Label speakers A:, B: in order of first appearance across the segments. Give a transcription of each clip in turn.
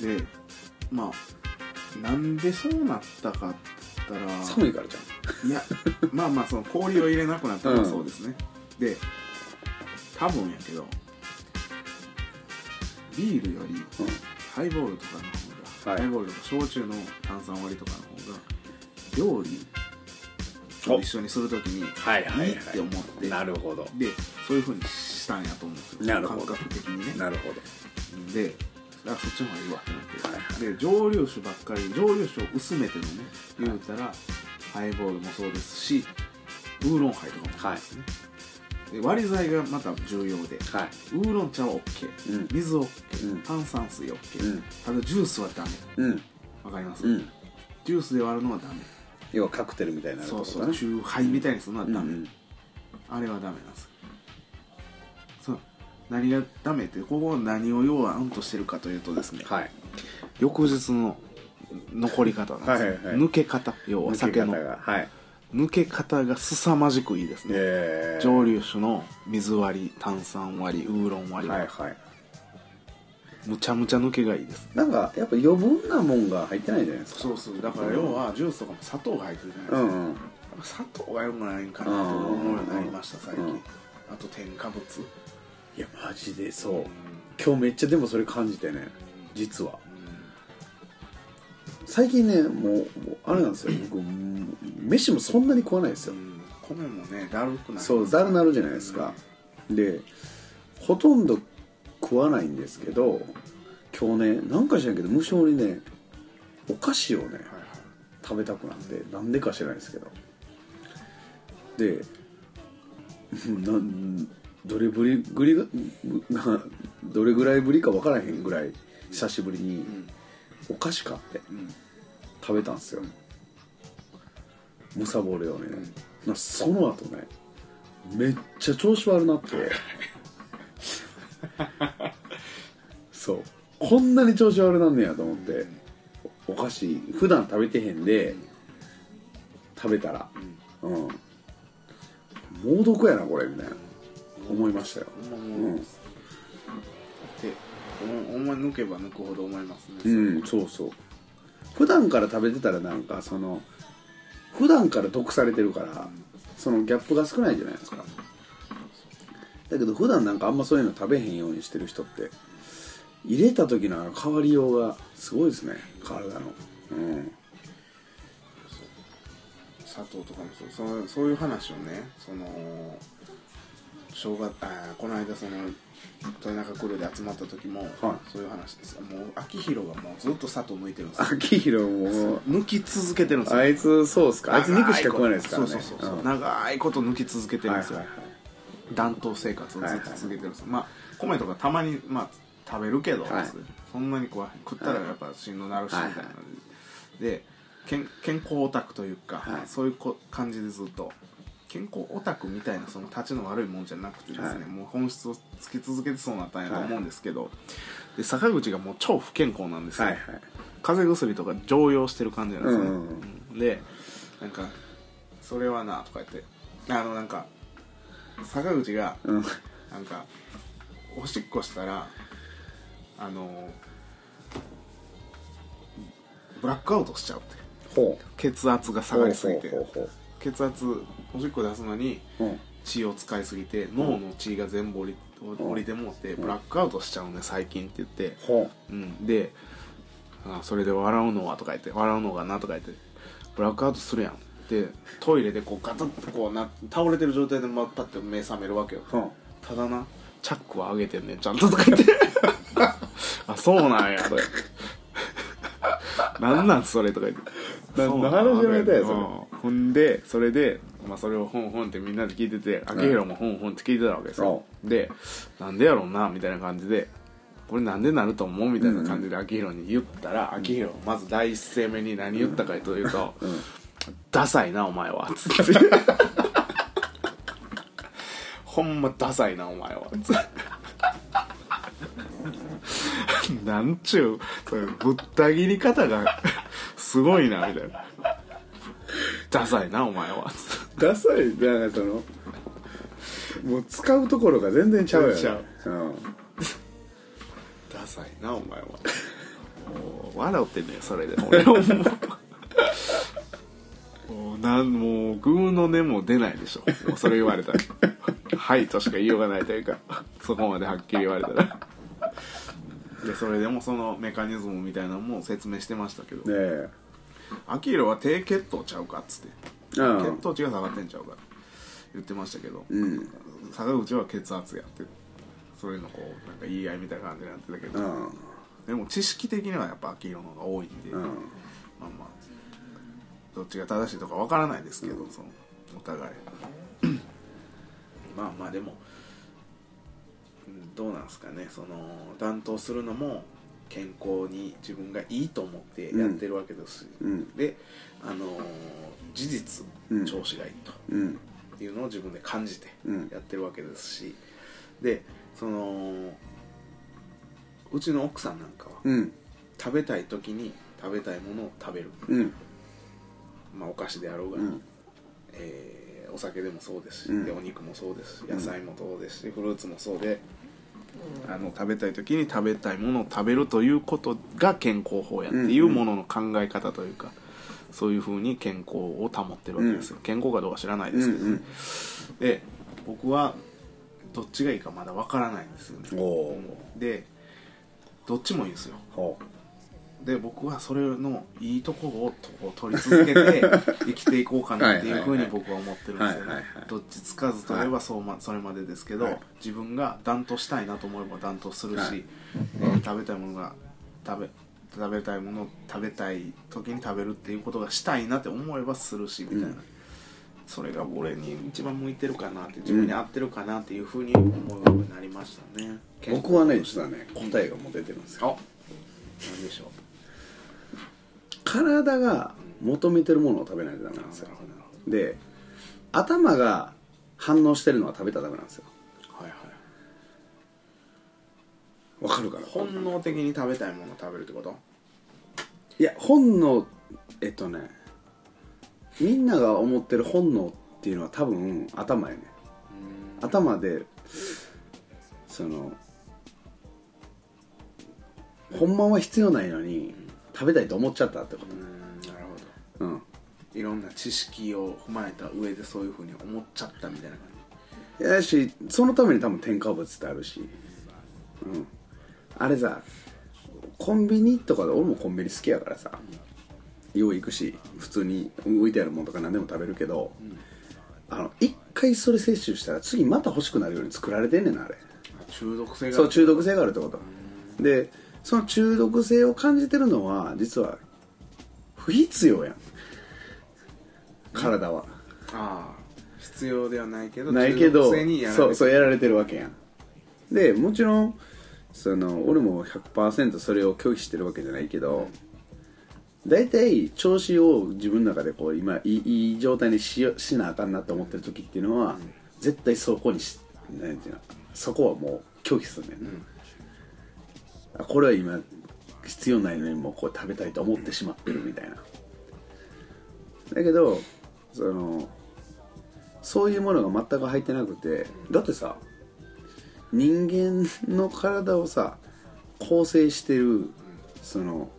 A: でまあなんでそうなったかって言ったら
B: 寒いからじ
A: いやまあまあその氷を入れなくなったのはそうですね、で多分やけどビールより
B: ゃん、うん、
A: ハイボールとかの方が、
B: はい
A: ハイボールとか焼酎の炭酸割りとかの方が料理と一緒にするときにい
B: はいはいはい
A: いって思って、
B: なるほど
A: でそういうふうにしたんやと思うんですよ
B: なるほど
A: 感覚的にね
B: なるほど
A: であそっちの方がいいわってな
B: はい
A: っ
B: は
A: て、で蒸留酒ばっかり蒸留酒を薄めてもね言うたら、ハイボールもそうですしウーロンハイとかもそうですね、で割り剤がまた重要で
B: は
A: ウーロン茶は OK、
B: うん
A: 水 OK、
B: うん
A: 炭酸水 OK、
B: うん
A: ただジュースはダメ
B: いうん
A: わかります、
B: うん
A: ジュースで割るのはダメ
B: 要はカクテルみたいになるっ
A: そ
B: てこ
A: う
B: と
A: そ
B: だ
A: う
B: ね
A: 酎ハイみたいにするのは
B: うん
A: ダ
B: う
A: メ、
B: ん
A: あれはダメなんですよそう何がダメってここは何を要案としてるかというとですね
B: はい
A: 翌日の残り方なんですよ、
B: はいはいはい
A: 抜け方要は
B: 抜
A: 酒
B: け方
A: の
B: がはい
A: 抜け方が凄まじくいいですね、
B: えー
A: 蒸留酒の水割り炭酸割りウーロン割り、
B: はいはい
A: むちゃむちゃ抜けがいいです
B: なんかやっぱ余分なもんが入ってないじゃないですか
A: そうそうだから要はジュースとかも砂糖が入ってるじゃないです
B: う
A: か、
B: んうん
A: 砂糖がよくないんかなと思うようになりました最近、
B: うん
A: あと添加物
B: いやマジでそう今日めっちゃでもそれ感じてね実は最近ねもうもうあれなんですよ僕うん飯もそんなに食わないですよ
A: うん米もねだるくなる
B: そうざるなるじゃないですかでほとんど食わないんですけど今日ねなんか知らんけど無性にねお菓子をね
A: はいはい
B: 食べたくなってなんでか知らないですけどで なんどれぶりぐりが などれぐらいぶりか分からへんぐらい久しぶりにお菓子買って
A: ん
B: 食べたんですよむさぼれをねなその後ねめっちゃ調子悪 なってそうこんなに調子悪なんねやと思って、お菓子普段食べてへんで食べたらうん、猛毒やなこれみたいな思いましたよ
A: ほんま
B: う
A: もう、
B: ん、
A: ってお思い抜けば抜くほど思いますね、
B: うん、そうそう普段から食べてたらなんかその普段から毒されてるからそのギャップが少ないじゃないですかだけど普段なんかあんまそういうの食べへんようにしてる人って入れた時のあの変わりようがすごいですね体のうん
A: 砂糖とかもそうそうそういう話をねその正月あーこの間その豊中黒で集まった時も、そういう話ですもう秋広がもうずっと砂糖抜いてるんですよ
B: 秋広も
A: 抜き続けてるんですよ
B: あいつそうっすかあいつ肉しか食わないですからね
A: そうそうそうそう、
B: ん
A: 長いこと抜き続けてるんですよ、
B: はいはいはい
A: 暖冬生活をずっと続けてるんですよ、まあ米とかたまにまあ食べるけど、
B: はい
A: そんなに食わへん食ったらやっぱしんどなるしみたいな、
B: はいは
A: で健健康オタクというか、
B: はい
A: そういうこ感じでずっと健康オタクみたいなその立ちの悪いもんじゃなくてですね、
B: はい
A: もう本質をつき続けてそうなったんやと思うんですけど、で坂口がもう超不健康なんですよ、
B: はいはい
A: 風邪薬とか常用してる感じなんですね、
B: うんうん
A: でなんか「それはな」とか言ってあのなんか坂口が
B: うん
A: なんかおしっこしたらあのブラックアウトしちゃうって
B: ほう
A: 血圧が下がりすぎて
B: ほうほうほ
A: 血圧おしっこ出すのに
B: ううん
A: 血を使いすぎて脳の血が全部降り降りてもってブラックアウトしちゃうね最近って言って
B: ほ
A: うん、であそれで笑うのはとか言って笑うのがなとか言ってブラックアウトするやんでトイレでこうガタッとこうな倒れてる状態でまパッて目覚めるわけよ、
B: うん
A: ただなチャックは上げてんねんちゃんととか 言ってあそうなんやとか言ってなんなんそれとか言って
B: な何の話みたいやそれ
A: うんほんでそれで、まあ、それをホンホンってみんなで聞いてて明宏もホンホンって聞いてたわけですよ、でなんでやろうなみたいな感じでこれなんでなると思うみたいな感じで明宏に言ったら明宏まず第一声目に何言ったかというと「ダサいなお前は」つって「ほんまダサいなお前は」 つってなんちゅうそういうぶった切り方がすごいなみたいな「ダサいなお前 は」つって
B: うダサいなんかそのもう使うところが全然ちゃうよね
A: ちゃう
B: うん
A: 「ダサいなお前は」笑うてねそれで俺はもうもうなんもうグーの音も出ないでしょもうそれ言われたら「はい」としか言いようがないというかそこまではっきり言われたらでそれでもそのメカニズムみたいなのも説明してましたけど、
B: え
A: アキーロは低血糖ちゃうかっつって
B: うん
A: 血糖値が下がってんちゃうか言ってましたけど、
B: うん
A: 坂口は血圧やってそれのこうなんか言い合いみたいな感じになってたけど、
B: うん
A: でも知識的にはやっぱ秋色の方が多いんで、
B: うん
A: まあまあどっちが正しいとかわからないですけど、そのお互い まあまあでもうんどうなんですかねその担当するのも健康に自分がいいと思ってやってるわけですし、
B: うん
A: で、あのー事実
B: うん
A: 調子がいいと、
B: うん
A: っていうのを自分で感じて
B: うん
A: やってるわけですし、でそのうちの奥さんなんかは、
B: うん
A: 食べたい時に食べたいものを食べる、
B: うん
A: まあ、お菓子であろうが、
B: うん
A: えーお酒でもそうですし、
B: うん
A: でお肉もそうですし
B: ん
A: 野菜もそうですし、フルーツもそうで。あの食べたい時に食べたいものを食べるということが健康法やっていうものの考え方というか、そういうふうに健康を保ってるわけですよ、健康かどうか知らないで
B: う
A: すけど、ね
B: ん
A: で僕はどっちがいいかまだわからないんですよね
B: うんおー
A: でどっちもいいんですよ
B: ほ
A: で僕はそれのいいとこをとこう取り続け て生きていこうかなっていうふうに僕は思ってるんですよ
B: はいはい
A: ね
B: はい
A: どっちつかずといえばそう、ま、それまでですけど、
B: はい
A: 自分が断トしたいなと思えば断トするし、
B: はい
A: えー食べたいものが食べ食べたいものを食べたい時に食べるっていうことがしたいなって思えばするしみたいな、
B: うん
A: それが俺に一番向いてるかなって自分に合ってるかなっていうふうに思うようになりましたね
B: う僕はね実はね答えがもう出てるんですよ
A: あなんでしょう
B: 体が求めてるものを食べないとダメなんですよで頭が反応してるのは食べたらダメなんですよ
A: はいはい
B: わかるかな
A: 本能的に食べたいものを食べるってこと
B: いや本能えっとねみんなが思ってる本能っていうのは多分頭やね頭でそのほんまは必要ないのに食べたいと思っちゃったってこ
A: うんなるほ
B: とうん
A: どいろんな知識を踏まえた上でそういうふうに思っちゃったみたいな感
B: やしそのために多分添加物ってあるし、うん、あれさコンビニとかで俺もコンビニ好きやからさよう行くし普通に置いてあるものとか何でも食べるけど、あの一回それ摂取したら次また欲しくなるように作られてんねんなあれ
A: じあ中毒性が
B: そう中毒性があるってことでその中毒性を感じてるのは実は不必要やん体は、
A: ああ必要ではないけど
B: ないけ
A: 中
B: ど
A: 毒性にやられて
B: そうそうやられてるわけやんでもちろんその俺も100%それを拒否してるわけじゃないけど大体調子を自分の中でこう今いいいい状態にしよしなあかんなって思ってる時っていうのは、絶対そこにしなんていうのそこはもう拒否するねんな、あこれは今必要ないのにもうこう食べたいと思ってしまってるみたいなだけどそのそういうものが全く入ってなくてだってさ人間の体をさ構成してるその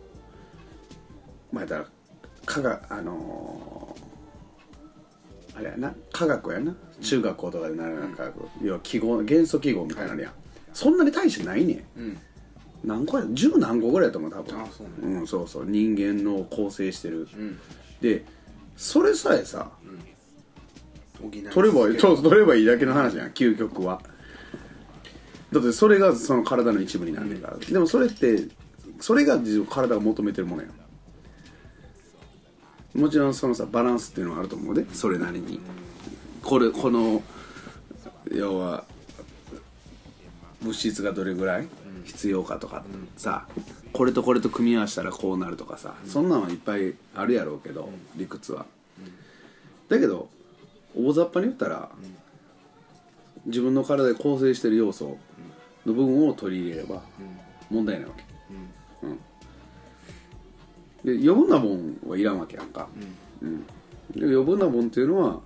B: まあだから科学あのーあれやな科学やな中学校とかで習うような科学、要は記号元素記号みたいなのやん、そんなに大してないねん
A: うん
B: 何個や10何個ぐらいだと思う多分
A: あそうね
B: ん、そうそう人間の構成してる、
A: うん
B: でそれさえさ
A: 補い
B: 取ればいい
A: ちょ
B: そう取ればいいだけの話やん究極はだってそれがその体の一部になるから、でもそれってそれが実は体が求めてるものやんもちろんそのさバランスっていうのはあると思うでそれなりにこれこの要は物質がどれぐらい必要かとかさこれとこれと組み合わせたらこうなるとかさそんなんはいっぱいあるやろうけど理屈はだけど大雑把に言ったら自分の体で構成してる要素の部分を取り入れれば問題ないわけうんで余分なもんはいらんわけやんかうんで余分なもんっていうのは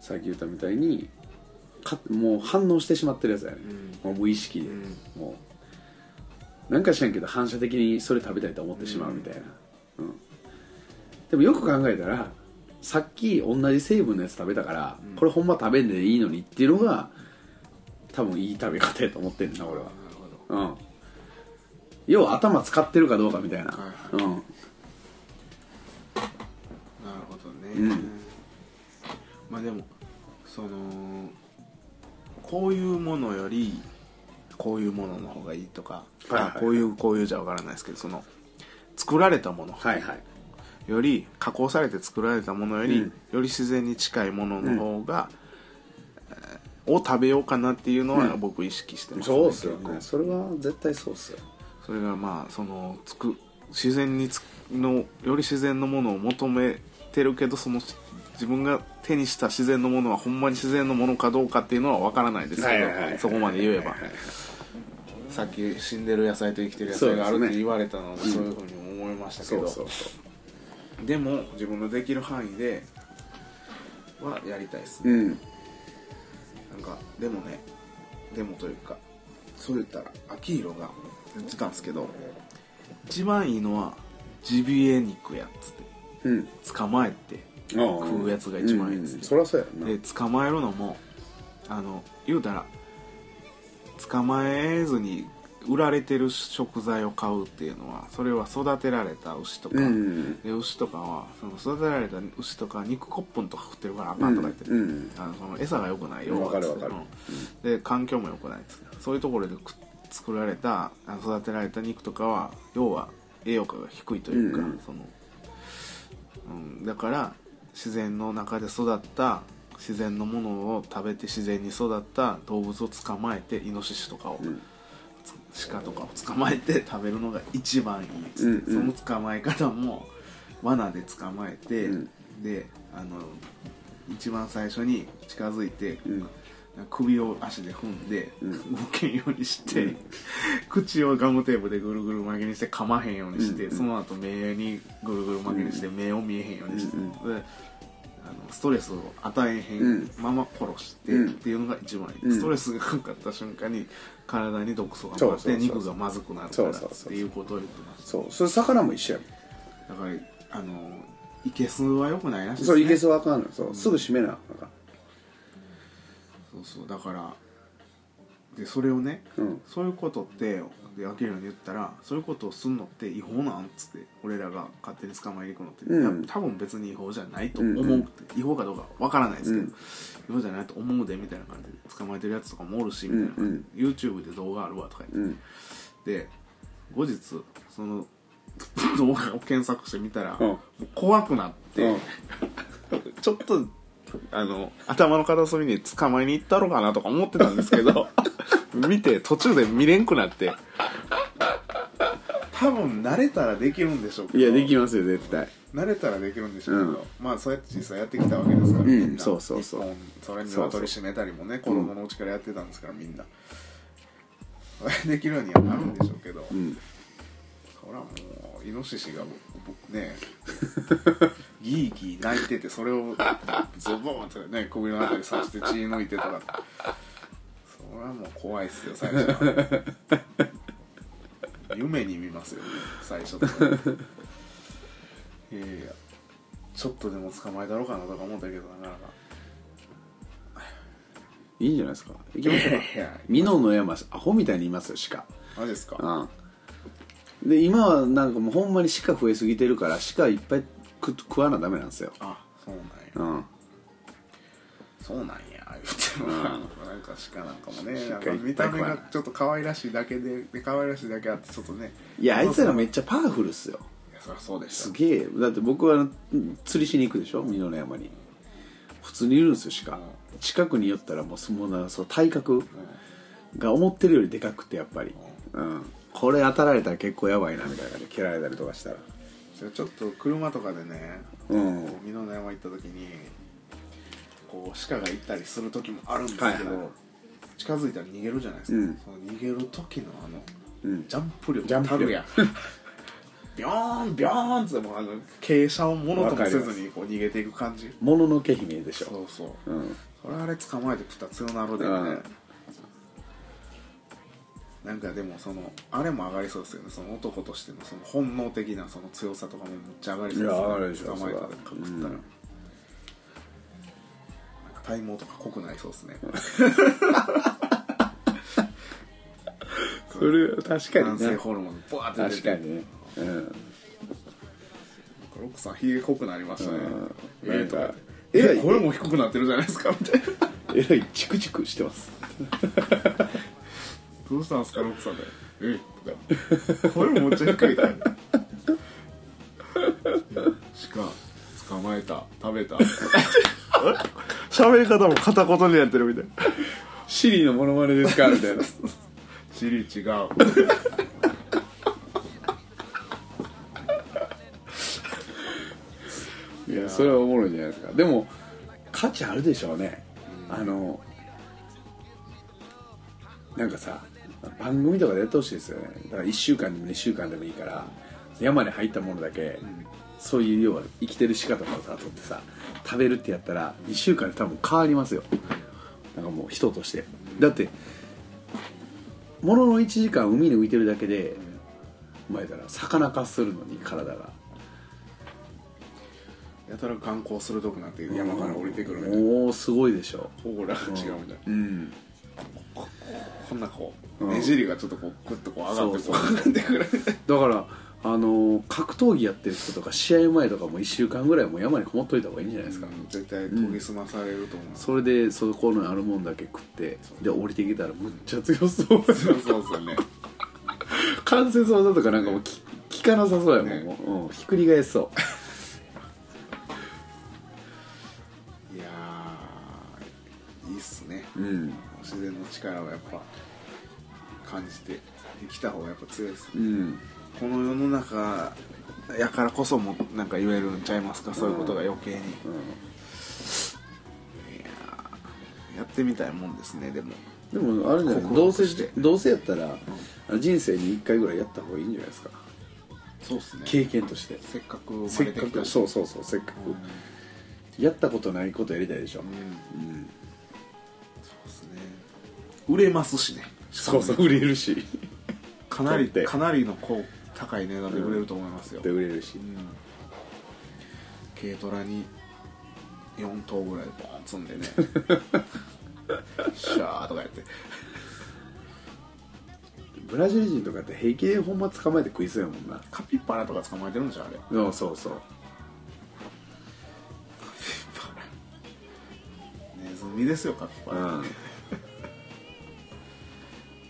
B: さっき言ったみたいにかもう反応してしまってるやつだよね、もう無意識で、もうなんか知らんけど反射的にそれ食べたいと思ってしまうみたいな、うんでもよく考えたらさっき同じ成分のやつ食べたから、これほんま食べんでいいのにっていうのが多分いい食べ方やと思ってんな俺
A: な
B: は
A: るほど
B: うん要は頭使ってるかどうかみたいな、
A: はい
B: うん
A: なるほどね、
B: うん
A: まあでもそのこういうものよりこういうものの方がいいとか、
B: はいはいはい
A: あこういうこういうじゃわからないですけどその作られたもの
B: はいはい
A: より加工されて作られたものより、
B: うん
A: より自然に近いものの方が、えーを食べようかなっていうのは
B: うん
A: 僕意識してます、
B: そうっすよ
A: 結
B: ね
A: 構
B: それは絶対そうっすよ
A: それがまあそのつく自然につのより自然のものを求めてるけどその自分が手にした自然のものはほんまに自然のものかどうかっていうのは分からないですけど、そこまで言えば、
B: はいはいはい
A: さっき死んでる野菜と生きてる野菜があ
B: そう
A: る
B: で
A: って
B: すね
A: 言われたのでそういうふうに思いましたけ
B: そ
A: ど、
B: うそうそ
A: でも自分のできる範囲ではやりたいです
B: う
A: ね、
B: うん
A: なんかでもねでもというかそう言ったら秋色が言ってたんですけど一番いいのはジビエ肉やっつっ
B: うん
A: て捕まえて
B: 食
A: うやつが一番いいですね
B: そりゃそうやろ
A: で
B: な
A: 捕まえるのもあの言うたら捕まえずに売られてる食材を買うっていうのはそれは育てられた牛とか、
B: うん
A: で牛とかはその育てられた牛とか肉コップンとか食ってるからあかんとか言って、
B: うんうん
A: あのその餌が良くないよ
B: うんわかる
A: つって
B: わかる
A: うんで環境も良くないっつってそういうところでく作られたあの育てられた肉とかは要は栄養価が低いというか、
B: うんうん
A: そのうん、だから自然の中で育った自然のものを食べて自然に育った動物を捕まえてイノシシとかを、
B: ん
A: つ鹿とかを捕まえて食べるのが一番いいっつって、
B: うんうん
A: その捕まえ方も罠で捕まえて、
B: うん
A: であの一番最初に近づいて、
B: うん
A: 首を足で踏んで、
B: うん
A: 動けんようにして、口をガムテープでぐるぐる巻きにして噛まへんようにして、
B: うんうん
A: その後目にぐるぐる巻きにして、目を見えへんようにして、
B: うん
A: であのストレスを与えへんまま殺して
B: うん
A: っていうのが一番いい、
B: うん
A: ストレスがかかった瞬間に体に毒素が回っ
B: そう
A: て
B: そうそう
A: 肉がまずくなるからっ
B: そうそうそう
A: ていうことを言ってまし
B: そうそれ魚も一緒や
A: ただからあのいけすは良くないらしいです
B: もそう
A: ね
B: いけそうあかんのよそうすぐ締めなあかん
A: そうそうだからでそれをね、
B: うん
A: そういうことってでアキラに言ったらそういうことをすんのって違法なんっつって俺らが勝手に捕まえに行くのって、
B: うん
A: 多分別に違法じゃないと思うって、違法かどうかわからないですけど、違法じゃないと思うでみたいな感じで捕まえてるやつとかもおるしみたいな感じで、YouTube で動画あるわとか言って、
B: うん
A: で後日その 動画を検索してみたら、
B: うん
A: もう怖くなって、
B: うん
A: ちょっとあの頭の片隅に捕まえに行ったろかなとか思ってたんですけ ど見て途中で見れんくなって多分慣れたらできるんでしょうけど
B: いやできますよ絶対
A: 慣れたらできるんでしょうけど、
B: うん
A: まあそうやって実際やってきたわけですから、
B: うん
A: みな
B: そうそうそう
A: 一本それに
B: そうそう
A: 鶏締めたりもね子供のうちからやってたんですからみんな できるようにはなるんでしょうけど、
B: うん
A: ほらもうイノシシがぼぼ ねギーギー泣いててそれをズボンとね首のあたり刺して血抜いてとかそれはもう怖いっすよ最初 は夢に見ますよね最初と かねいやいやちょっとでも捕まえたろうかなとか思ったけどなかなか
B: いいんじゃないですか行きましょうか
A: いや
B: 美濃の山アホみたいにいますよ鹿
A: マジですか
B: うんで今はなんかもうほんまに鹿増えすぎてるから鹿いっぱい食食わなダメなんですよ
A: あそうなんや
B: うん
A: そうなんや言うてなんか鹿なんかもねなん
B: 鹿
A: か
B: いっぱい
A: 見た目がちょっと可愛らしいだけでで可愛らしいだけあってちょっとね
B: いやあいつら
A: い
B: めっちゃパワフルっすよ
A: やそりゃそうでし
B: す
A: ょ
B: げえだって僕はうん釣りしに行くでしょ美濃の山に普通にいるんですよ鹿
A: うん
B: 近くに寄ったらもうそのなそう体格が思ってるよりでかくてやっぱり、うん、これ当たられたら結構やばいなみたいな感じで蹴られたりとかしたら
A: それちょっと車とかでね
B: うん
A: こう美濃の山行った時にこう鹿が行ったりする時もあるんですけど、
B: はいはい
A: 近づいたら逃げるじゃないですか、
B: うん
A: その逃げる時のあの、
B: うん
A: ジャンプ力
B: ジャンプ力
A: たるやんビョーンビョーンってもうあの傾斜をものともせずにこう逃げていく感じ
B: もののけ姫でしょ
A: そうそう
B: うん
A: それあれ捕まえて食ったら強なるでね、なんかでもそのあれも上がりそうですよねその男としてのその本能的なその強さとかもめっちゃ上がりそう
B: いや上がるで
A: です
B: し
A: ね
B: ょ
A: 捕まえたら
B: そ
A: か
B: れは
A: 食ったら、
B: うん
A: なんか体毛とか濃くなりそうですね
B: それ確か
A: 男性ホルモンブワーって出て
B: 確かにねうん
A: なんかロックさんひげ濃くなりましたね
B: うん
A: ええとか
B: な
A: 言っ
B: んか
A: て
B: えらい
A: えこれも低くなってるじゃないですかみたいな
B: えらいチクチクしてます
A: どうしたんですかロックさんでええとかこれもめっちゃ低いから鹿捕まえた食べた 喋り方も片言にやってるみたいな
B: シリのモノマネですかみたいな
A: チリ違う
B: いやそれはおもろいんじゃないですかでも価値あるでしょうね、あのなんかさ番組とかでやってほしいですよねだから1週間でも2週間でもいいから山に入ったものだけ、そういう要は生きてる鹿とかをさ取ってさ食べるってやったら2週間で多分変わりますよなんかもう人としてだってものの1時間海に浮いてるだけで前から魚化するのに体が
A: やたら眼光鋭くなって山から降りてくるみたいな
B: おおすごいでしょ
A: オーラが違うみたいな
B: うん
A: こんなこう
B: うん
A: ねじりがちょっとこうグッとこう上がって
B: そ
A: こう
B: う
A: 上がってくる
B: だからあのー格闘技やってる人とか試合前とかも1週間ぐらいもう山にこもっといた方がいいんじゃないですか、
A: うん絶対研ぎ澄まされると思う
B: それでそこのあるもんだけ食ってで降りてきたらむっちゃ強そう
A: そうそう そうね
B: 関節技とかなんかもうき効かなさそうやもん、
A: ね
B: もううんひっくり返しそう
A: いやーいいっすね
B: うん
A: 自然の力をやっぱ感じて生きた方がやっぱ強いです
B: う
A: ね
B: ん
A: この世の中やからこそもなんか言えるんちゃいますかそういうことが余計に、いやーやってみたいもんですねでも
B: でもあれじゃない
A: 克
B: どう
A: 服して
B: せどうせやったら、あの人生に1回ぐらいやった方がいいんじゃないですか
A: そうっすね
B: 経験として
A: せっかく生
B: せ
A: ま
B: っ
A: れて
B: か
A: きた
B: く
A: し
B: そうそうそうせっかく、やったことないことやりたいでしょ、
A: うん
B: うん、
A: そうっすね売れますしね
B: そうそう売れるし
A: かなり
B: 取って
A: かなりの高高い値段で売れると思いますよ、
B: で売れるし
A: うん軽トラに4頭ぐらいバーン積んで ねシャーとかやって
B: ブラジル人とかって平気でほんま捕まえて食いそうやもんな
A: カピッパラとか捕まえてるんでしょあれカ
B: うんそうそう
A: ピッパラネズミですよカピッパラ、
B: うん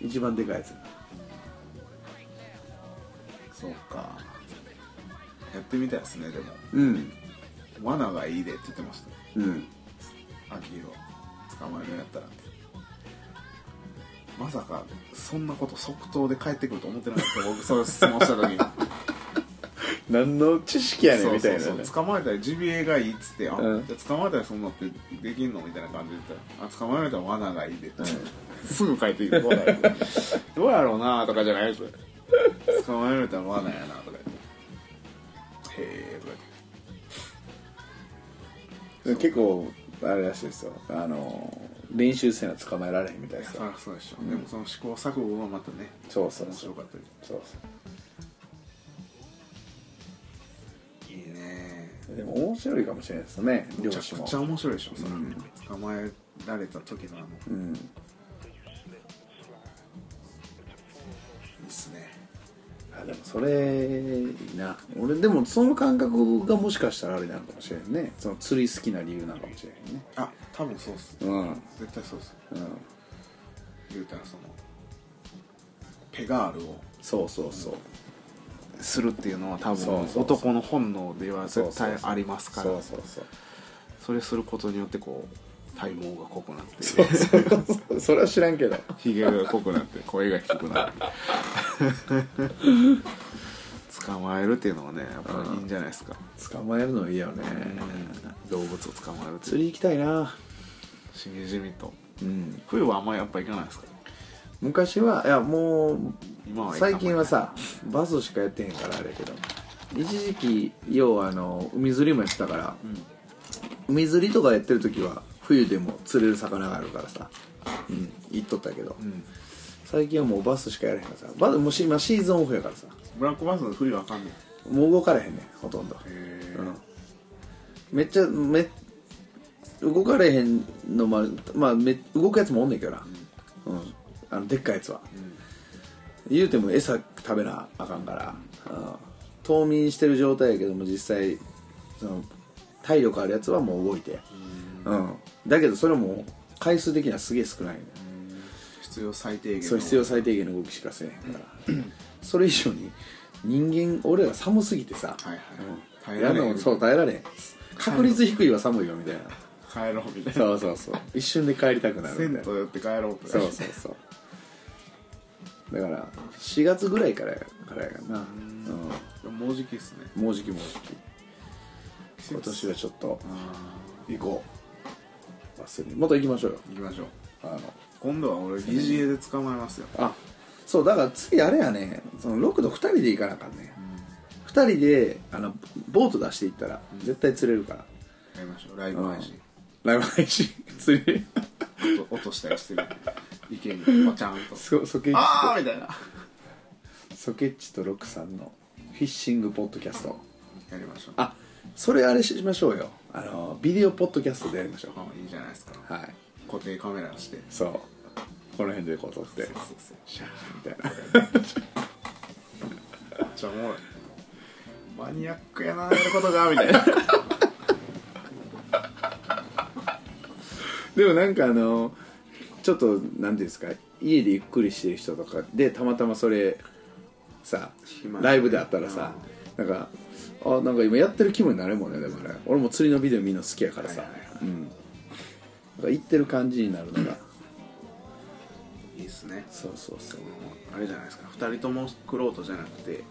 B: 一番でかいやつ
A: そうかやってみたいですねでも
B: うん
A: 罠がいいでって言ってましたよ
B: うん
A: 秋広捕まえるんやったらまさかそんなこと即答で帰ってくると思ってなかった僕そういう質問した時に
B: 何の知識やね
A: そ
B: ん
A: う
B: みた
A: そ
B: いうな
A: そう捕まえたらジビエがいいっつってあ、
B: うん
A: じゃあ捕まえたらそんなってできんのみたいな感じで言ったらあ捕まえたら罠がいいで、 すぐ帰ってきて罠やでどうやろうなとかじゃないです捕まえたら罠やなとか言ってへえとか
B: 結構あれらしいですよあの練習せな捕まえられへんみたい
A: 言っ
B: です
A: て
B: よ
A: あそうでしょ、でもその試行錯誤はまたね
B: そうそう
A: 面
B: そ
A: 白
B: う
A: かったり
B: そう
A: いいね
B: そうでも面白いかもしれないですね
A: め
B: 漁
A: ちゃ
B: 師
A: く
B: も
A: ちゃ面白いでしょそれ、
B: うん
A: 捕まえられた時のあのい
B: うん
A: いっすね
B: あでもそれいいな俺でもその感覚がもしかしたらあれなのかもしれんねその釣り好きな理由なのかもしれんね
A: あ多分そうっす
B: うん
A: 絶対そうっす
B: うん
A: 言うたらそのペガールを
B: そうそうそう
A: するっていうのは多分
B: そうそうそう
A: 男の本能では
B: そう
A: 絶
B: そうそう
A: 対ありますからそ
B: そうそうそう
A: れすることによってこう体毛が濃くなって
B: そうそうそう それは知らんけど
A: ひげが濃くなって声が低く なって捕まえるっていうのはねやっぱりいいんじゃないですか、
B: 捕まえるのいいよね
A: 動物を捕まえるってい
B: 釣
A: う
B: り行きたいな
A: しみじみと
B: うん
A: 冬はあんまりやっぱ行かないですか
B: 昔はいやもう
A: 今は行かない
B: 最近はさバスしかやってへんからあれやけど一時期要はあの海釣りもやってたから、海釣りとかやってる時は冬でも釣れる魚があるからさ、うん、行っとったけど、
A: ん
B: 最近はもうバスしかやれへんからさバスもうし今シーズンオフやからさ
A: ブラックバスの冬はあかんねんへ
B: もう動かれへんねんほとんど、
A: え
B: うん、めっちゃめ動かれへんのもあるまあめ動くやつもおんねんけどな、うんあのでっかいやつは、言うても餌食べなあかんから、うん冬眠してる状態やけども実際その体力あるやつはもう動いて、うんだけどそれも回数的にはすげえ少ないね、
A: 必要最低限の
B: そう必要最低限の動きしかせえへんからそれ以上に人間俺ら寒すぎてさ、
A: はいはい
B: うん
A: 耐えられへん
B: やんのそう耐えられへん確率低いは寒いよみたいな
A: 帰ろうみたいな
B: そうそ うそう一瞬で帰りたくなるみ
A: 銭
B: たいな
A: 湯寄って帰ろうとか
B: そうそうそうだから4月ぐらいからやからやからな、
A: もうじきっすね
B: うん、もうじきもうじき今年はちょっと行こう忘れまた行きましょうよ
A: 行きましょう
B: あの
A: 今度は俺疑似餌で捕まえますよ
B: あそうだから次あれやねそのロクと2人で行かなあかんね、二2人であのボート出していったら絶対釣れるから、
A: やりましょうライブ配信
B: ライブ配信釣れる
A: 音音したりしてる池にポチャンと
B: そソケッチ
A: ああみたいな
B: ソケッチとロクさんのフィッシングポッドキャスト
A: やりましょう
B: あそれあれしましょうよあのビデオポッドキャストでやりましょ
A: あいいじゃないですか
B: うはい
A: 固定カメラして
B: そうこの辺でこう撮って
A: そうそうそう
B: シャーみたいな
A: めっちゃおもろいマニアックやなやることがみたいな
B: でもなんかあのちょっとなんていうんですか家でゆっくりしてる人とかでたまたまそれさ
A: 暇
B: ライブであったらさなんかあなんか今やってる気分になるもんねでもね俺も釣りのビデオ見るの好きやからさ、
A: はいはいは
B: うんなんか行ってる感じになるのが
A: いいっすね
B: そうそうそう
A: あれじゃないですか2人ともクロートじゃなくて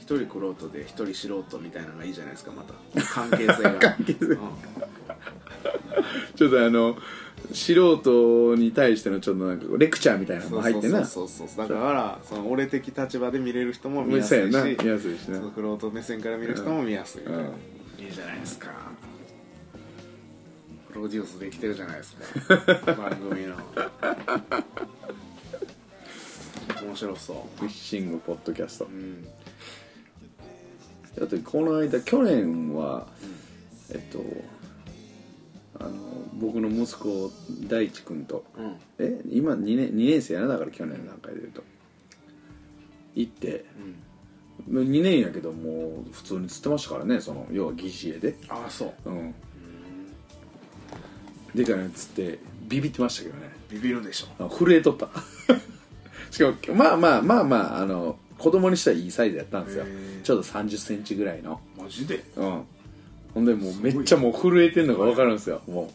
A: 1人クロートで1人素人みたいなのがいいじゃないですかまた関係性が
B: 関係性ちょっとあの素人に対してのちょっとなんかレクチャーみたいなの
A: そ
B: も
A: う
B: 入ってな
A: そうそうそうだからその俺的立場で見れる人も見やす
B: そう
A: い
B: や
A: し
B: な見やすいしな
A: そのクロート目線から見る人も見やすい、
B: うんうん
A: いいじゃないですかプロデュースできてるじゃないです か番組の面白そ
B: フィッシングポッドキャスト
A: ううん
B: だってこの間去年は、えっとあの僕の息子大地君と、
A: うん
B: え今2年二年生やなだから去年の段階で言うと行って、もう2年やけどもう普通に釣ってましたからねその要は疑似餌で
A: ああそう
B: うんでかいの釣ってビビってましたけどね
A: ビビるでしょ
B: あ震えとった しかもまあまあまあまああの子供にしてはいいサイズやったんですよ
A: へー
B: ちょうど3 0ンチぐらいの
A: マジで
B: うん、ほんでもうめっちゃもう震えてんのが分かるんですよもう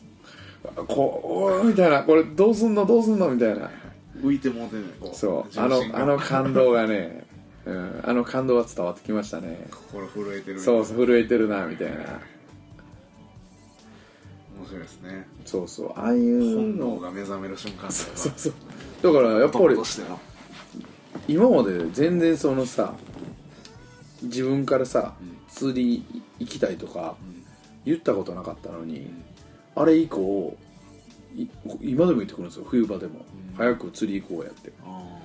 B: あこうおーみたいなこれどうすんのどうすんのみたいな
A: 浮いてもうてんねんこ
B: そうあ
A: 重
B: の
A: 心が
B: あの感動がね、うん、あの感動は伝わってきましたね
A: 心震えてる
B: そうそう震えてるなみたいな
A: 面白いですね
B: そうそうああいう
A: 本能
B: の
A: が目覚める瞬間そう
B: そうそうだからやっぱり
A: としての
B: 今まで全然そのさ自分からさ釣り行きたいとか言ったことなかったのにあれ以降い今でも言ってくるんですよ冬場でも早く釣り行こうやって
A: あ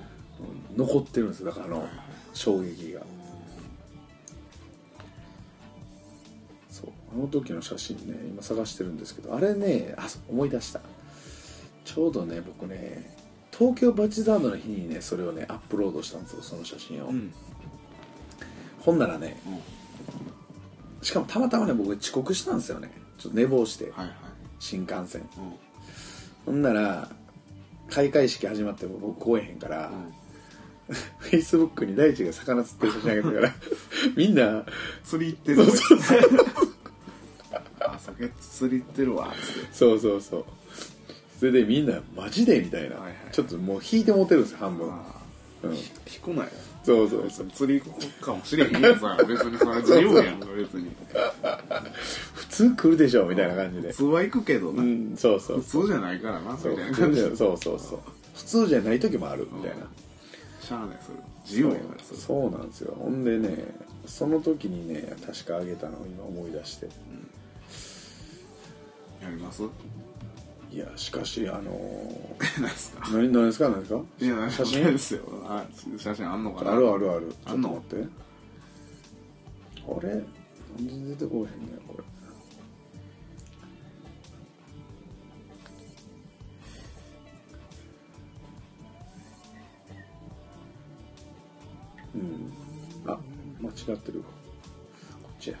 B: 残ってるんですよだからあの衝撃がそうあの時の写真ね今探してるんですけどあれねあそう思い出したちょうどね僕ね東京バチザードの日にねそれをねアップロードしたんですよその写真を、
A: ん
B: ほんならね、しかもたまたまね僕遅刻したんですよねちょっと寝坊して、
A: あはいはい
B: 新幹線
A: うん
B: ほんなら開会式始まっても僕来えへんから、フェイスブックに大地が魚釣ってる写真あげたから みんな
A: 釣り行ってるわそうそうあそこ釣り行ってるわつって
B: そうそうそうそれでみんなマジでみたいな、
A: はいはい
B: ちょっともう引いて持てるんですよ半分、
A: あ
B: うん、
A: ー引くなよ
B: そうそうそう
A: 釣り行こうかもしれへんやんさ別にそれ自由やん別に
B: 普通来るでしょみたいな感じで
A: 普通は行くけど
B: う
A: なん
B: そうそう
A: 普通じゃないからなみ
B: そう
A: たいな
B: 普通
A: 感
B: じ
A: じ
B: ゃ
A: し
B: そうそうそう普通じゃない時もあるみたいな、
A: ゃあないそれ自由やからそれ
B: そうなんですよほんでねその時にね確かあげたのを今思い出して
A: やります
B: いやしかしあの ー
A: ないですか
B: 何何ですか何ですか
A: いやなんか
B: 写
A: ない
B: 真
A: ですよはい写真あんのかな
B: あるあるあるち
A: あ
B: ょっと
A: んの
B: 待ってあれ全然出てこへんねこれうんあ間違ってるわこっちや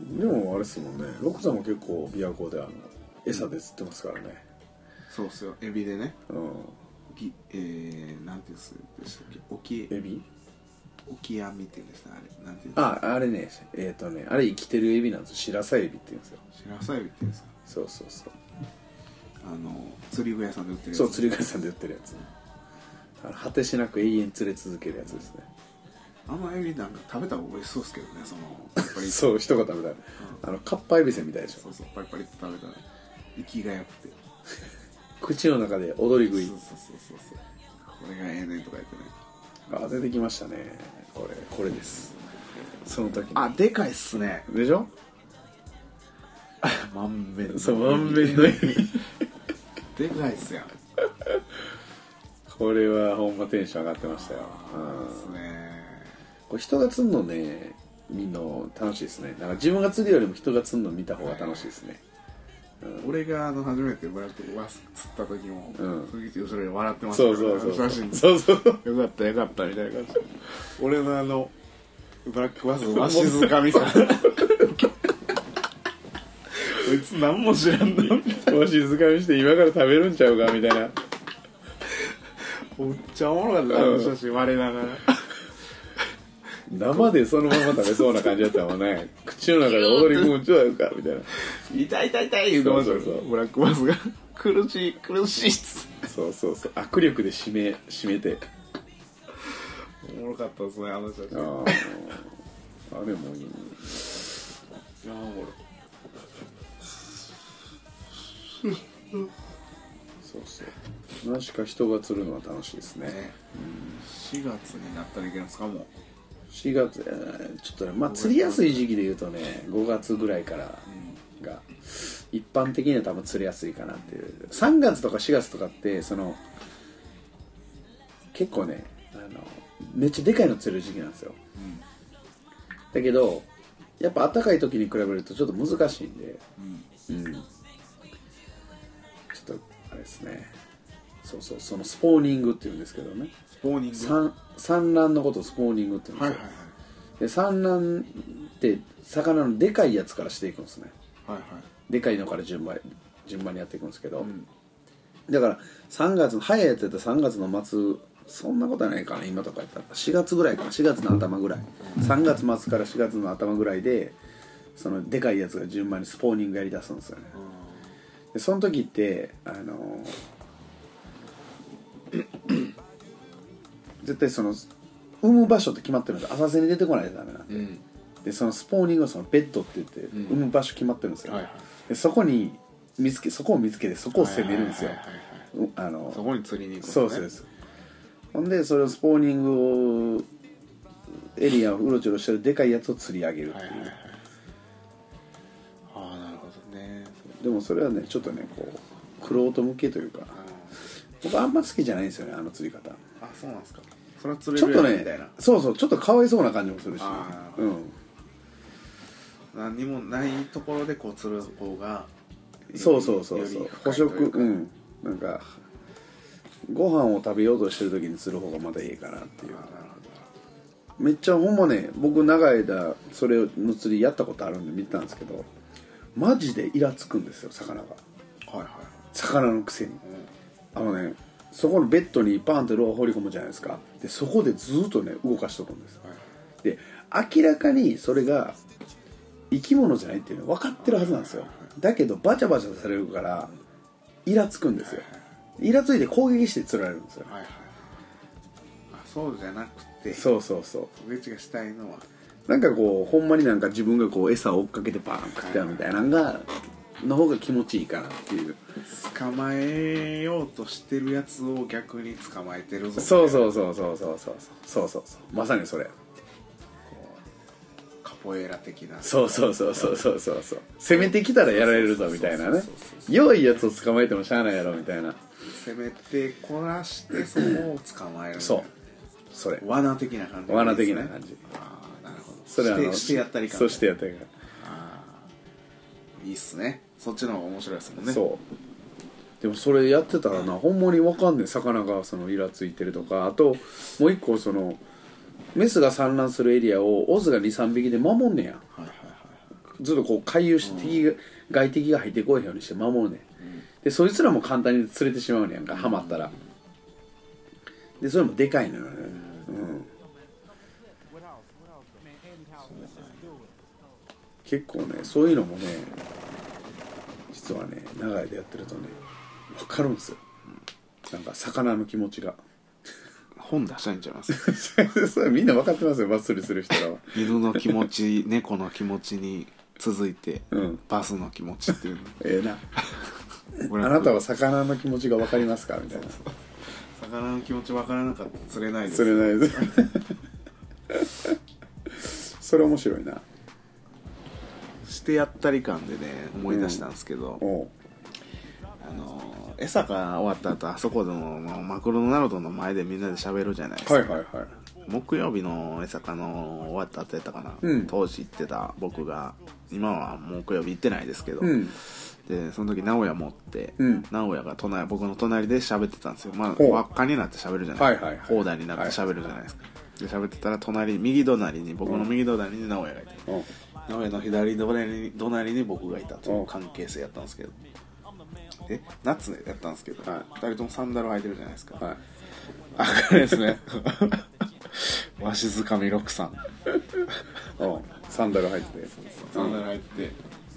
B: でもあれですもんねロクさんも結構琵琶湖であの餌で釣ってますからね
A: そうっすよエビでね
B: う
A: ぎえー、なんていうんですでしたっけオキ
B: んエビ
A: オキアミっていうんですかあれなんていうんですか
B: ああれねえっ、とねあれ生きてるエビなんですよ白鷺エビって言うんですよ
A: 白鷺エビっていうんですか
B: そうそうそう
A: あの釣り具屋さんで売ってるやつ
B: そう釣り具屋さんで売ってるやつあの果てしなく永遠釣れ続けるやつですね
A: あんまエビなんか食べた方が美味しそうですけどねそのパリパ リ
B: そう一言食べたいあのカッパエビせんみたいでし
A: そ
B: ょ
A: うそうパリパリって食べたら息がよくて
B: 口の中で踊り食い
A: そうそうそうそうそうこれがええねんとか言ってね
B: あ出てきましたねこれこれですその時の
A: あでかいっすね
B: でしょ
A: 満面
B: そう満面 のエビ
A: でかいっすやん
B: これはほんまテンション上がってましたよ
A: そう
B: うん
A: ですね
B: これ人が釣るのね見るの楽しいですねなんか自分が釣るよりも人が釣るの見た方が楽しいですね
A: 俺があの初めてブラックワス釣った時も、
B: うん
A: その時後ろで笑ってました
B: そ
A: か
B: う
A: ら
B: そうそう
A: あの写真
B: そうそう
A: よかったよかったみたいな感じ俺のあのブラックバスのわしづかみさ こいつ何も知らんの
B: もう静かにして今から食べるんちゃうかみたいな
A: めっちゃおもろかったあの写真我ながら
B: 生でそのまま食べそうな感じだったもんね口の中で踊り込むんちゃうかみたいな
A: 痛い痛い痛い言うてましたよ
B: そうそうそう
A: ブラックバスが苦しい苦しいっつっ
B: そうそうそう握力で締め締めて
A: ておもろかったですねあの写真いや
B: あーあれもいい
A: おもろ
B: そうそう何しか人が釣るのは楽しいですね
A: ね4月になったらいけるんですかもう
B: 4月えーちょっとねまあ釣りやすい時期で言うとね5月ぐらいからが一般的には多分釣りやすいかなっていう3月とか4月とかってその結構ねあのめっちゃでかいの釣れる時期なんですよ、
A: ん
B: だけどやっぱ暖かい時に比べるとちょっと難しいんで
A: うん
B: うんちょっとあれですねそうそうそのスポーニングっていうんですけどね
A: スポーニング
B: 産産卵のことをスポーニングって言うん
A: は
B: で
A: い
B: す
A: は
B: よ、
A: いはい
B: で産卵って魚のでかいやつからしていくんですね
A: はいはい
B: でかいのから順番順番にやっていくんですけど、
A: ん
B: だから3月の早いやつやったら3月の末そんなことはないかな今とかやったら4月ぐらいかな4月の頭ぐらい3月末から4月の頭ぐらいでそのでかいやつが順番にスポーニングやりだすんですよねでその時ってあのー絶対その産む場所って決まってるんですよ浅瀬に出てこないとダメなんで、
A: うん
B: でそのスポーニングはそのベッドって言って
A: ん
B: 産む場所決まってるんですよ、
A: はいはい
B: でそこに見つけそこを見つけてそこを攻めるんですよ
A: はいはいはいはいう
B: あの
A: そこに釣りに行くん
B: そうですそうですほんでそれをスポーニングをエリアをうろちょろしてるでかいやつを釣り上げるって、
A: はいいうはいはいああなるほどね
B: でもそれはねちょっとねこう玄人向けというか僕あんま好きじゃないんですよねあの釣り方
A: あそうなんですかそれは釣
B: ち
A: れ
B: ょ
A: る
B: っと
A: やんみ
B: ね
A: たいな
B: そうそうちょっとかわいそうな感じもするし、
A: あー
B: うん、
A: 何にもないところでこう釣る方が
B: そうそうそうそ
A: よ
B: う
A: り深
B: 捕
A: いと
B: 食
A: いうか
B: うんなんかご飯を食べようとしてる時にする方がまだいいかなっていう
A: あなるほ
B: めっちゃほんまね僕長い間それの釣りやったことあるんで見てたんですけどマジでイラつくんですよ魚が
A: どはいはい
B: 魚のくせにあのねそこのベッドにパンってロー放り込むじゃないですかでそこでずっとね動かしとくんです
A: はい
B: で明らかにそれが生き物じゃないっていうのは分かってるはずなんですよだけどバチャバチャされるからイラつくんですよイラついて攻撃して釣られるんですよ
A: はいはいあそうじゃなくて
B: そうそうそ
A: 植地がしたいのは
B: うなんかこうほんまになんか自分がこう餌を追っかけてバーン食ってやるみたいなのがの方が気持ちいいかなっていう
A: 捕まえようとしてるやつを逆に捕まえてるぞ
B: そうそうそうそうそうそうそうそうそうまさにそれ
A: カポエラ的な
B: そうそうそうそうそうそうそう攻めてきたらやられるぞみたいなね弱いやつを捕まえてもしゃあないやろみたいな
A: 攻めてこなしてそこを捕まえる
B: そうそれ
A: 罠的な感じ
B: 罠的な感じ
A: ああなるほど
B: それはあ
A: し
B: の
A: てしてやったり感
B: そうしてやったりか
A: いいっすねそっちの方が面白いですもんね
B: そうでもそれやってたらなほんまにわかんねえ魚がそのイラついてるとかあともう一個そのメスが産卵するエリアをオスが23匹で守んねや
A: はいはい
B: ずっとこう回遊して敵が、外敵が入ってこいへんようにして守るね、ん、でそいつらも簡単に釣れてしまうねやんかハマったらでそれもでかいのよね、うん、結構ねそういうのもね実はね長いでやってるとね分かるんですよなんか魚の気持ちが
A: 本出したいんちゃいます
B: それみんな分かってますよバッスリする人らは
A: 犬の気持ち猫の気持ちに続いて、
B: うん
A: バスの気持ちっていう
B: ええな
A: の
B: あなたは魚の気持ちが分かりますかみたいな
A: 魚の気持ちわからなかったら釣れないです
B: 釣れないです それ面白いな
A: してやったり感でね思い出したんですけど、
B: おう
A: あの餌が終わった後あそこでももうマクロナルドの前でみんなで喋るじゃないですか、
B: はいはいはい
A: 木曜日の江坂の終わった後やったかな、
B: うん
A: 当時行ってた僕が今は木曜日行ってないですけど、
B: うん
A: でその時直哉持って、
B: うん
A: 直哉が隣僕の隣で喋ってたんですよまあ
B: ほう
A: 輪っかになって喋るじゃないですか
B: はいはいはい
A: 砲台になって喋るじゃないですか、で喋ってたら隣右隣に僕の右隣に直哉がいて、
B: おう
A: 直哉の左隣に隣に僕がいたとい
B: お
A: う関係性やったんですけどえ夏ねやったんですけど、
B: はい
A: 2人ともサンダル履いてるじゃないですか、
B: はい
A: あこれですねわしづかみ六さん
B: おうサンダル入ってて
A: サンダル入って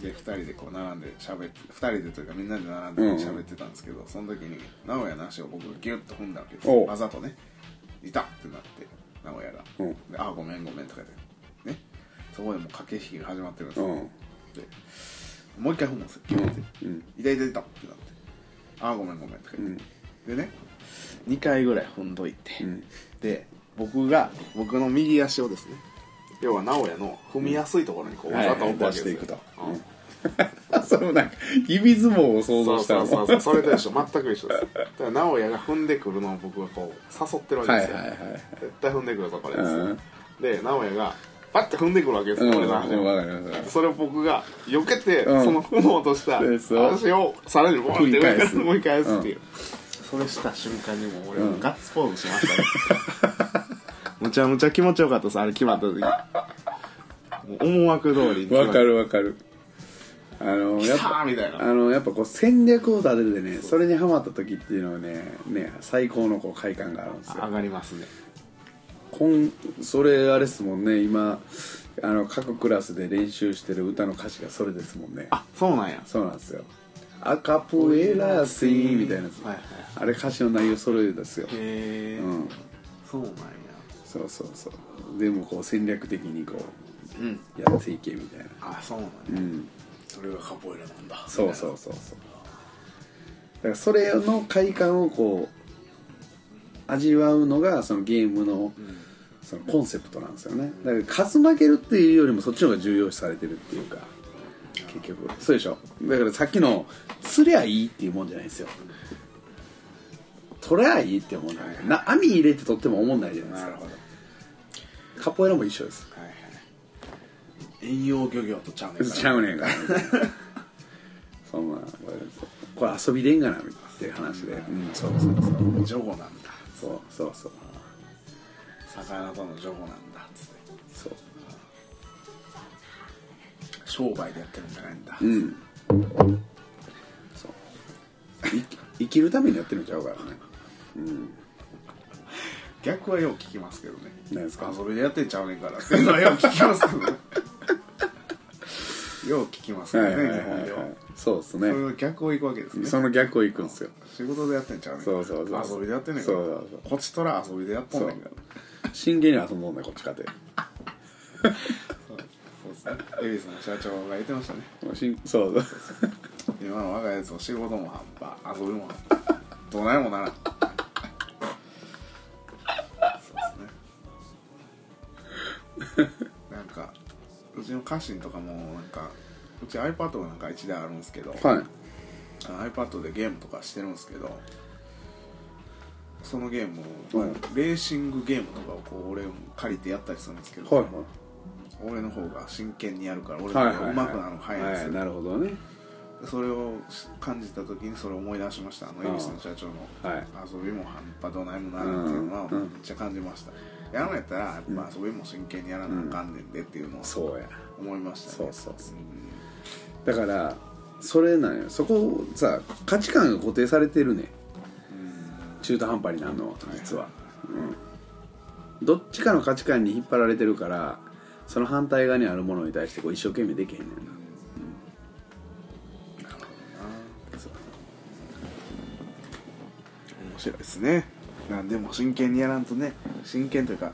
A: で2人でこう並んで喋って2人でというかみんなで並んで喋ってたんですけど、その時に直哉の足を僕がギュッと踏んだわけです
B: おう
A: わざとね「いた!」ってなって直哉が「
B: うん
A: であごめんごめん」とかでねそこでもう駆け引きが始まってるんです
B: う
A: よ、
B: ん
A: でもう一回踏むんですよギュッて「
B: うん
A: いたいたいた!」ってなって「あごめんごめん」とか
B: う
A: 言って
B: ん、
A: でね2回ぐらい踏んどいて、
B: ん
A: で僕が僕の右足をですね要は直哉の踏みやすいところにこうわざと置くわけですよ、
B: はいはい出していくと
A: うん
B: あそのなんか指相撲を
A: そ
B: 想像
A: う
B: した
A: そ
B: の
A: うそうそうそれと一緒全く一 緒ですだから直哉が踏んでくるのを僕がこう誘ってるわけ
B: は
A: で
B: い
A: す
B: はい
A: よ、
B: はい
A: 絶対踏んでくるぞこれ、
B: うん
A: で直哉がパッて踏んでくるわけです
B: うん
A: よ、
B: う
A: 俺の足を
B: んわかりました
A: それを僕が避けて、
B: うん
A: その踏もうとした
B: そう
A: 足
B: そう
A: をさらにボンって
B: 追い返す
A: 追い返すっていう、それした瞬間にもう俺はガッツポーズしましたね、むちゃむちゃ気持ちよかったですあれ決まった時もう思惑通りに決まっ
B: わかるわかるあのやっ
A: 来た
B: ぱ
A: ーみたいな
B: あのやっぱこう戦略を立ててねそれにハマった時っていうのはねね最高のこう快感があるんですよ
A: 上がりますね
B: こんそれあれですもんね今あの各クラスで練習してる歌の歌詞がそれですもんね
A: あそうなんや
B: そうなんですよ「アカプエラスイー」みたいなやつ、
A: はいはい
B: あれ歌詞の内容揃えるんですよ、
A: へえ、
B: うん、
A: そうなんや
B: そうそうそうでもこう戦略的にこ
A: うん
B: うやっていけみたいな
A: あそうなんや、
B: うん
A: それがカポエラなんだ
B: そうそうそうそうだからそれの快感をこう味わうのがそのゲームのそのコンセプトなんですよねだから勝つ負けるっていうよりもそっちの方が重要視されてるっていうか結局そうでしょだからさっきの釣りゃいいっていうもんじゃないんですよ取れゃいいって思うんじゃないな網入れて取っても思んないじゃないです
A: なる
B: か
A: ほど
B: カポエラも一緒です
A: はいはい遠洋漁業とちゃうねんから
B: ちゃうねんからそんなこれ遊びでんがなっていう話で、うん、そうそうそう
A: ジョゴなんだ
B: そうそうそう
A: 魚とのジョゴなんだっつって
B: そう
A: 商売でやってるんじゃないんだ、
B: うんそう生き生きるためにやってるんちゃうからねうん
A: 逆はよく聞きますけどね
B: 何ですか
A: あそれでやってんちゃうねんからっていうのはよく聞きますけどね よく聞きますけど
B: は
A: ね
B: いはいは
A: 日
B: い、
A: 本では、
B: はい、そうっす
A: そ
B: ね
A: れの逆を行くわけですね
B: その逆を行くんですよ
A: 仕事でやってんちゃうねんから
B: そうそうそう
A: 遊びでやってんねんから
B: そうそうそう
A: こっちとら遊びでやっとんねんから
B: 真剣に遊んどんねこっちかて
A: そうですね恵比寿の社長が言ってましたね
B: もうしんそうそう
A: 今の若いやつは仕事も半端遊びも半端どないもならんそうですねなんかうちの家臣とかもなんかうち iPad がなんか1台あるんですけど、
B: はい
A: iPad でゲームとかしてるんですけどそのゲーム
B: う
A: を、
B: ん
A: レーシングゲームとかをこう俺も借りてやったりするんですけど、
B: はい
A: 俺の方が真剣にやるから俺の
B: はい
A: 方がうまくなるの早いんですよ、
B: なるほどね
A: それを感じた時にそれを思い出しましたあの
B: ああ
A: 恵比寿の社長の
B: はい
A: 遊びも半端どないもならんっていうのは
B: うん
A: めっちゃ感じました、やるんやったらやっぱ遊びも真剣にやらなあかんねんでっていうのを
B: そうや
A: 思いました
B: そ
A: ね
B: うそうそうだからそれなんよそこさ価値観が固定されてるね中途半端になるのは実は、うん、どっちかの価値観に引っ張られてるからその反対側にあるものに対してこう一生懸命できへんねんな、
A: 面白いですねなんでも真剣にやらんとね真剣というか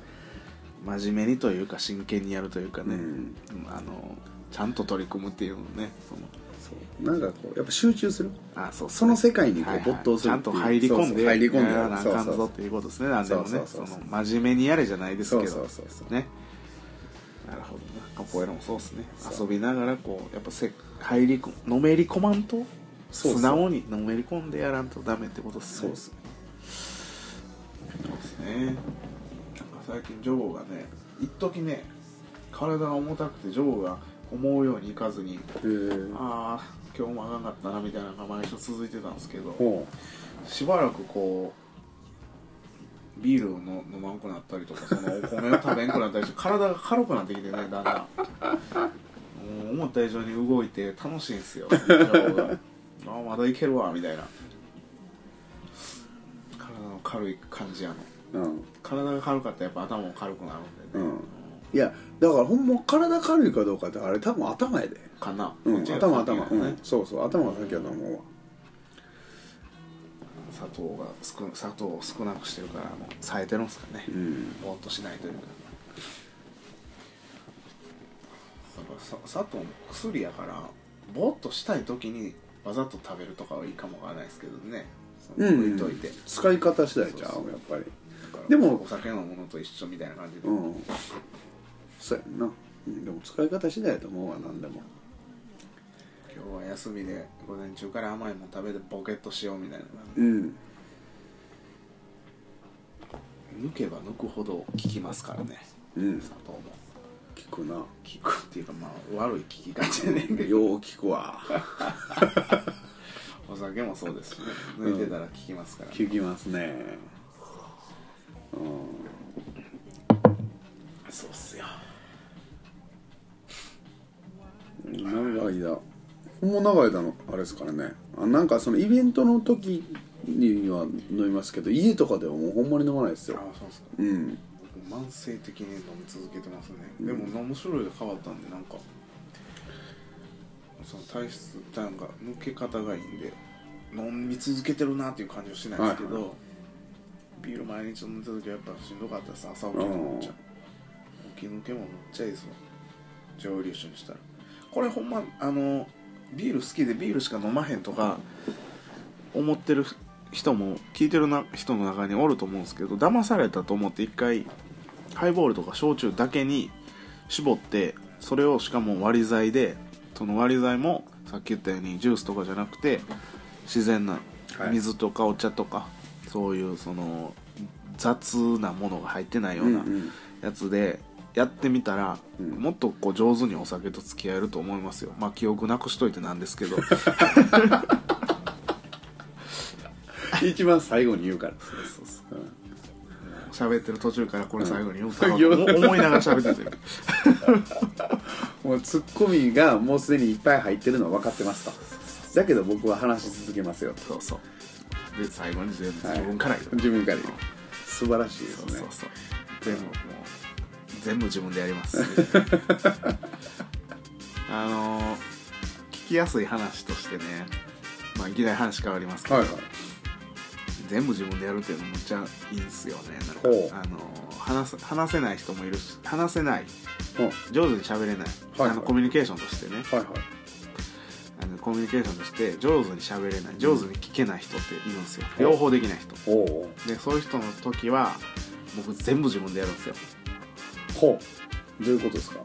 A: 真面目にというか真剣にやるというかね、
B: うん
A: あのちゃんと取り組むっていうのねその
B: そうなんかこうやっぱ集中する
A: あそう
B: その世界にこう
A: はいはい
B: 没頭する
A: ちゃ
B: っ
A: ん
B: てい
A: と
B: う
A: 入り込
B: そ
A: ん
B: うそ
A: で
B: う入り込んで
A: やらなあかん
B: そうそう
A: ぞっていうことですねなんでもね
B: そうそうそうそう
A: その真面目にやれじゃないですけど
B: そうそうそうそう
A: ねなるほどなカポエラもそうですね遊びながらこうやっぱせ入り込のめり込まんと
B: そうそう
A: 素直にのめり込んでやらんとダメってことです
B: そう
A: ね
B: っす
A: そうですねなんか最近ジョーがね一時ね体が重たくてジョーが思うようにいかずに
B: へー
A: ああ今日もあかんかったなみたいなのが毎週続いてたんですけど
B: ほ
A: しばらくこうビールをの飲まんくなったりとかそのお米を食べんくなったりして体が軽くなってきてねだんだんもう思った以上に動いて楽しいんです よああまだいけるわみたいな体の軽い感じやの
B: ううん
A: 体が軽かったらやっぱ頭も軽くなるんで
B: う
A: ね、
B: んいやだからほんま体軽いかどうかってあれ多分頭やで
A: かな、
B: うん
A: ちが
B: 頭
A: 先
B: 頭、
A: や
B: う
A: ね
B: ん、そうそう頭が先やと思うわ
A: 砂糖が少砂糖を少なくしてるからもう冴えてるんですかね、
B: うん
A: ぼーっとしないというかなんかさ砂糖も薬やからぼーっとしたい時にわざと食べるとかはいいかもわからないですけどねその
B: うん
A: 置いといて、
B: 使い方次第じゃ
A: そうそ
B: ん
A: う
B: やっぱり
A: だから
B: でも
A: お酒のものと一緒みたいな感じで、
B: うんそうやんな、うん、でも使い方次第やと思うわ何でも
A: 今日は休みで午前中から甘いもん食べてボケっとしようみたいな、
B: うん
A: 抜けば抜くほど効きますからね
B: うん
A: 砂糖も
B: 聞くな
A: 効くっていうかまあ悪い効き感じやねんけど
B: よう聞くわ
A: お酒もそうですしね抜いてたら効きますから、
B: 聞きますねうん
A: そうっすよ
B: 長い間ほんま長い間のあれですからねあなんかそのイベントの時には飲みますけど家とかではもうほんまに飲まないです
A: あ
B: よ
A: あそうっすか
B: うん
A: 僕慢性的に飲み続けてますね、でも飲む種類が変わったんでなんかその体質なんか抜け方がいいんで飲み続けてるなっていう感じはしないですけど、
B: はい
A: ビール毎日飲んでた時はやっぱしんどかったです朝起きのちゃう起き抜けもめっちゃいいですわ蒸留酒にしたらこれほんまあのビール好きでビールしか飲まへんとか思ってる人も聞いてるな人の中におると思うんですけど騙されたと思って一回ハイボールとか焼酎だけに絞ってそれをしかも割り剤でその割り剤もさっき言ったようにジュースとかじゃなくて自然な
B: はい
A: 水とかお茶とか、そういうその雑なものが入ってないよう
B: う
A: なん
B: うん
A: やつでやってみたら、
B: ん
A: もっとこう上手にお酒と付き合えると思いますよまあ記憶なくしといてなんですけど
B: 一番最後に言うから
A: 喋ってる途中からこれ最後に
B: うん
A: 読むと思いながら喋っててる
B: もうツッコミがもうすでにいっぱい入ってるのは分かってますとだけど僕は話し続けますよ
A: そうそうで最後に全部自分から言う、
B: 自分から言う素晴らしいです
A: そ
B: ね
A: うそうそう全部もう全部自分でやり ますあのー聞きやすい話としてねまあいきなり話変わりますけど、
B: はいはい
A: 全部自分でやるっていうのめっちゃいいんすよね
B: ほう
A: なんかあのー話す話せない人もいるし話せない
B: うん
A: 上手に喋れない、
B: はい
A: あのコミュニケーションとしてね
B: はいはい
A: あのコミュニケーションとして上手に喋れない上手に聞けない人っているんですよ、両方できない人
B: おお
A: でそういう人の時は僕全部自分でやるんですよ
B: ほうどういうことですか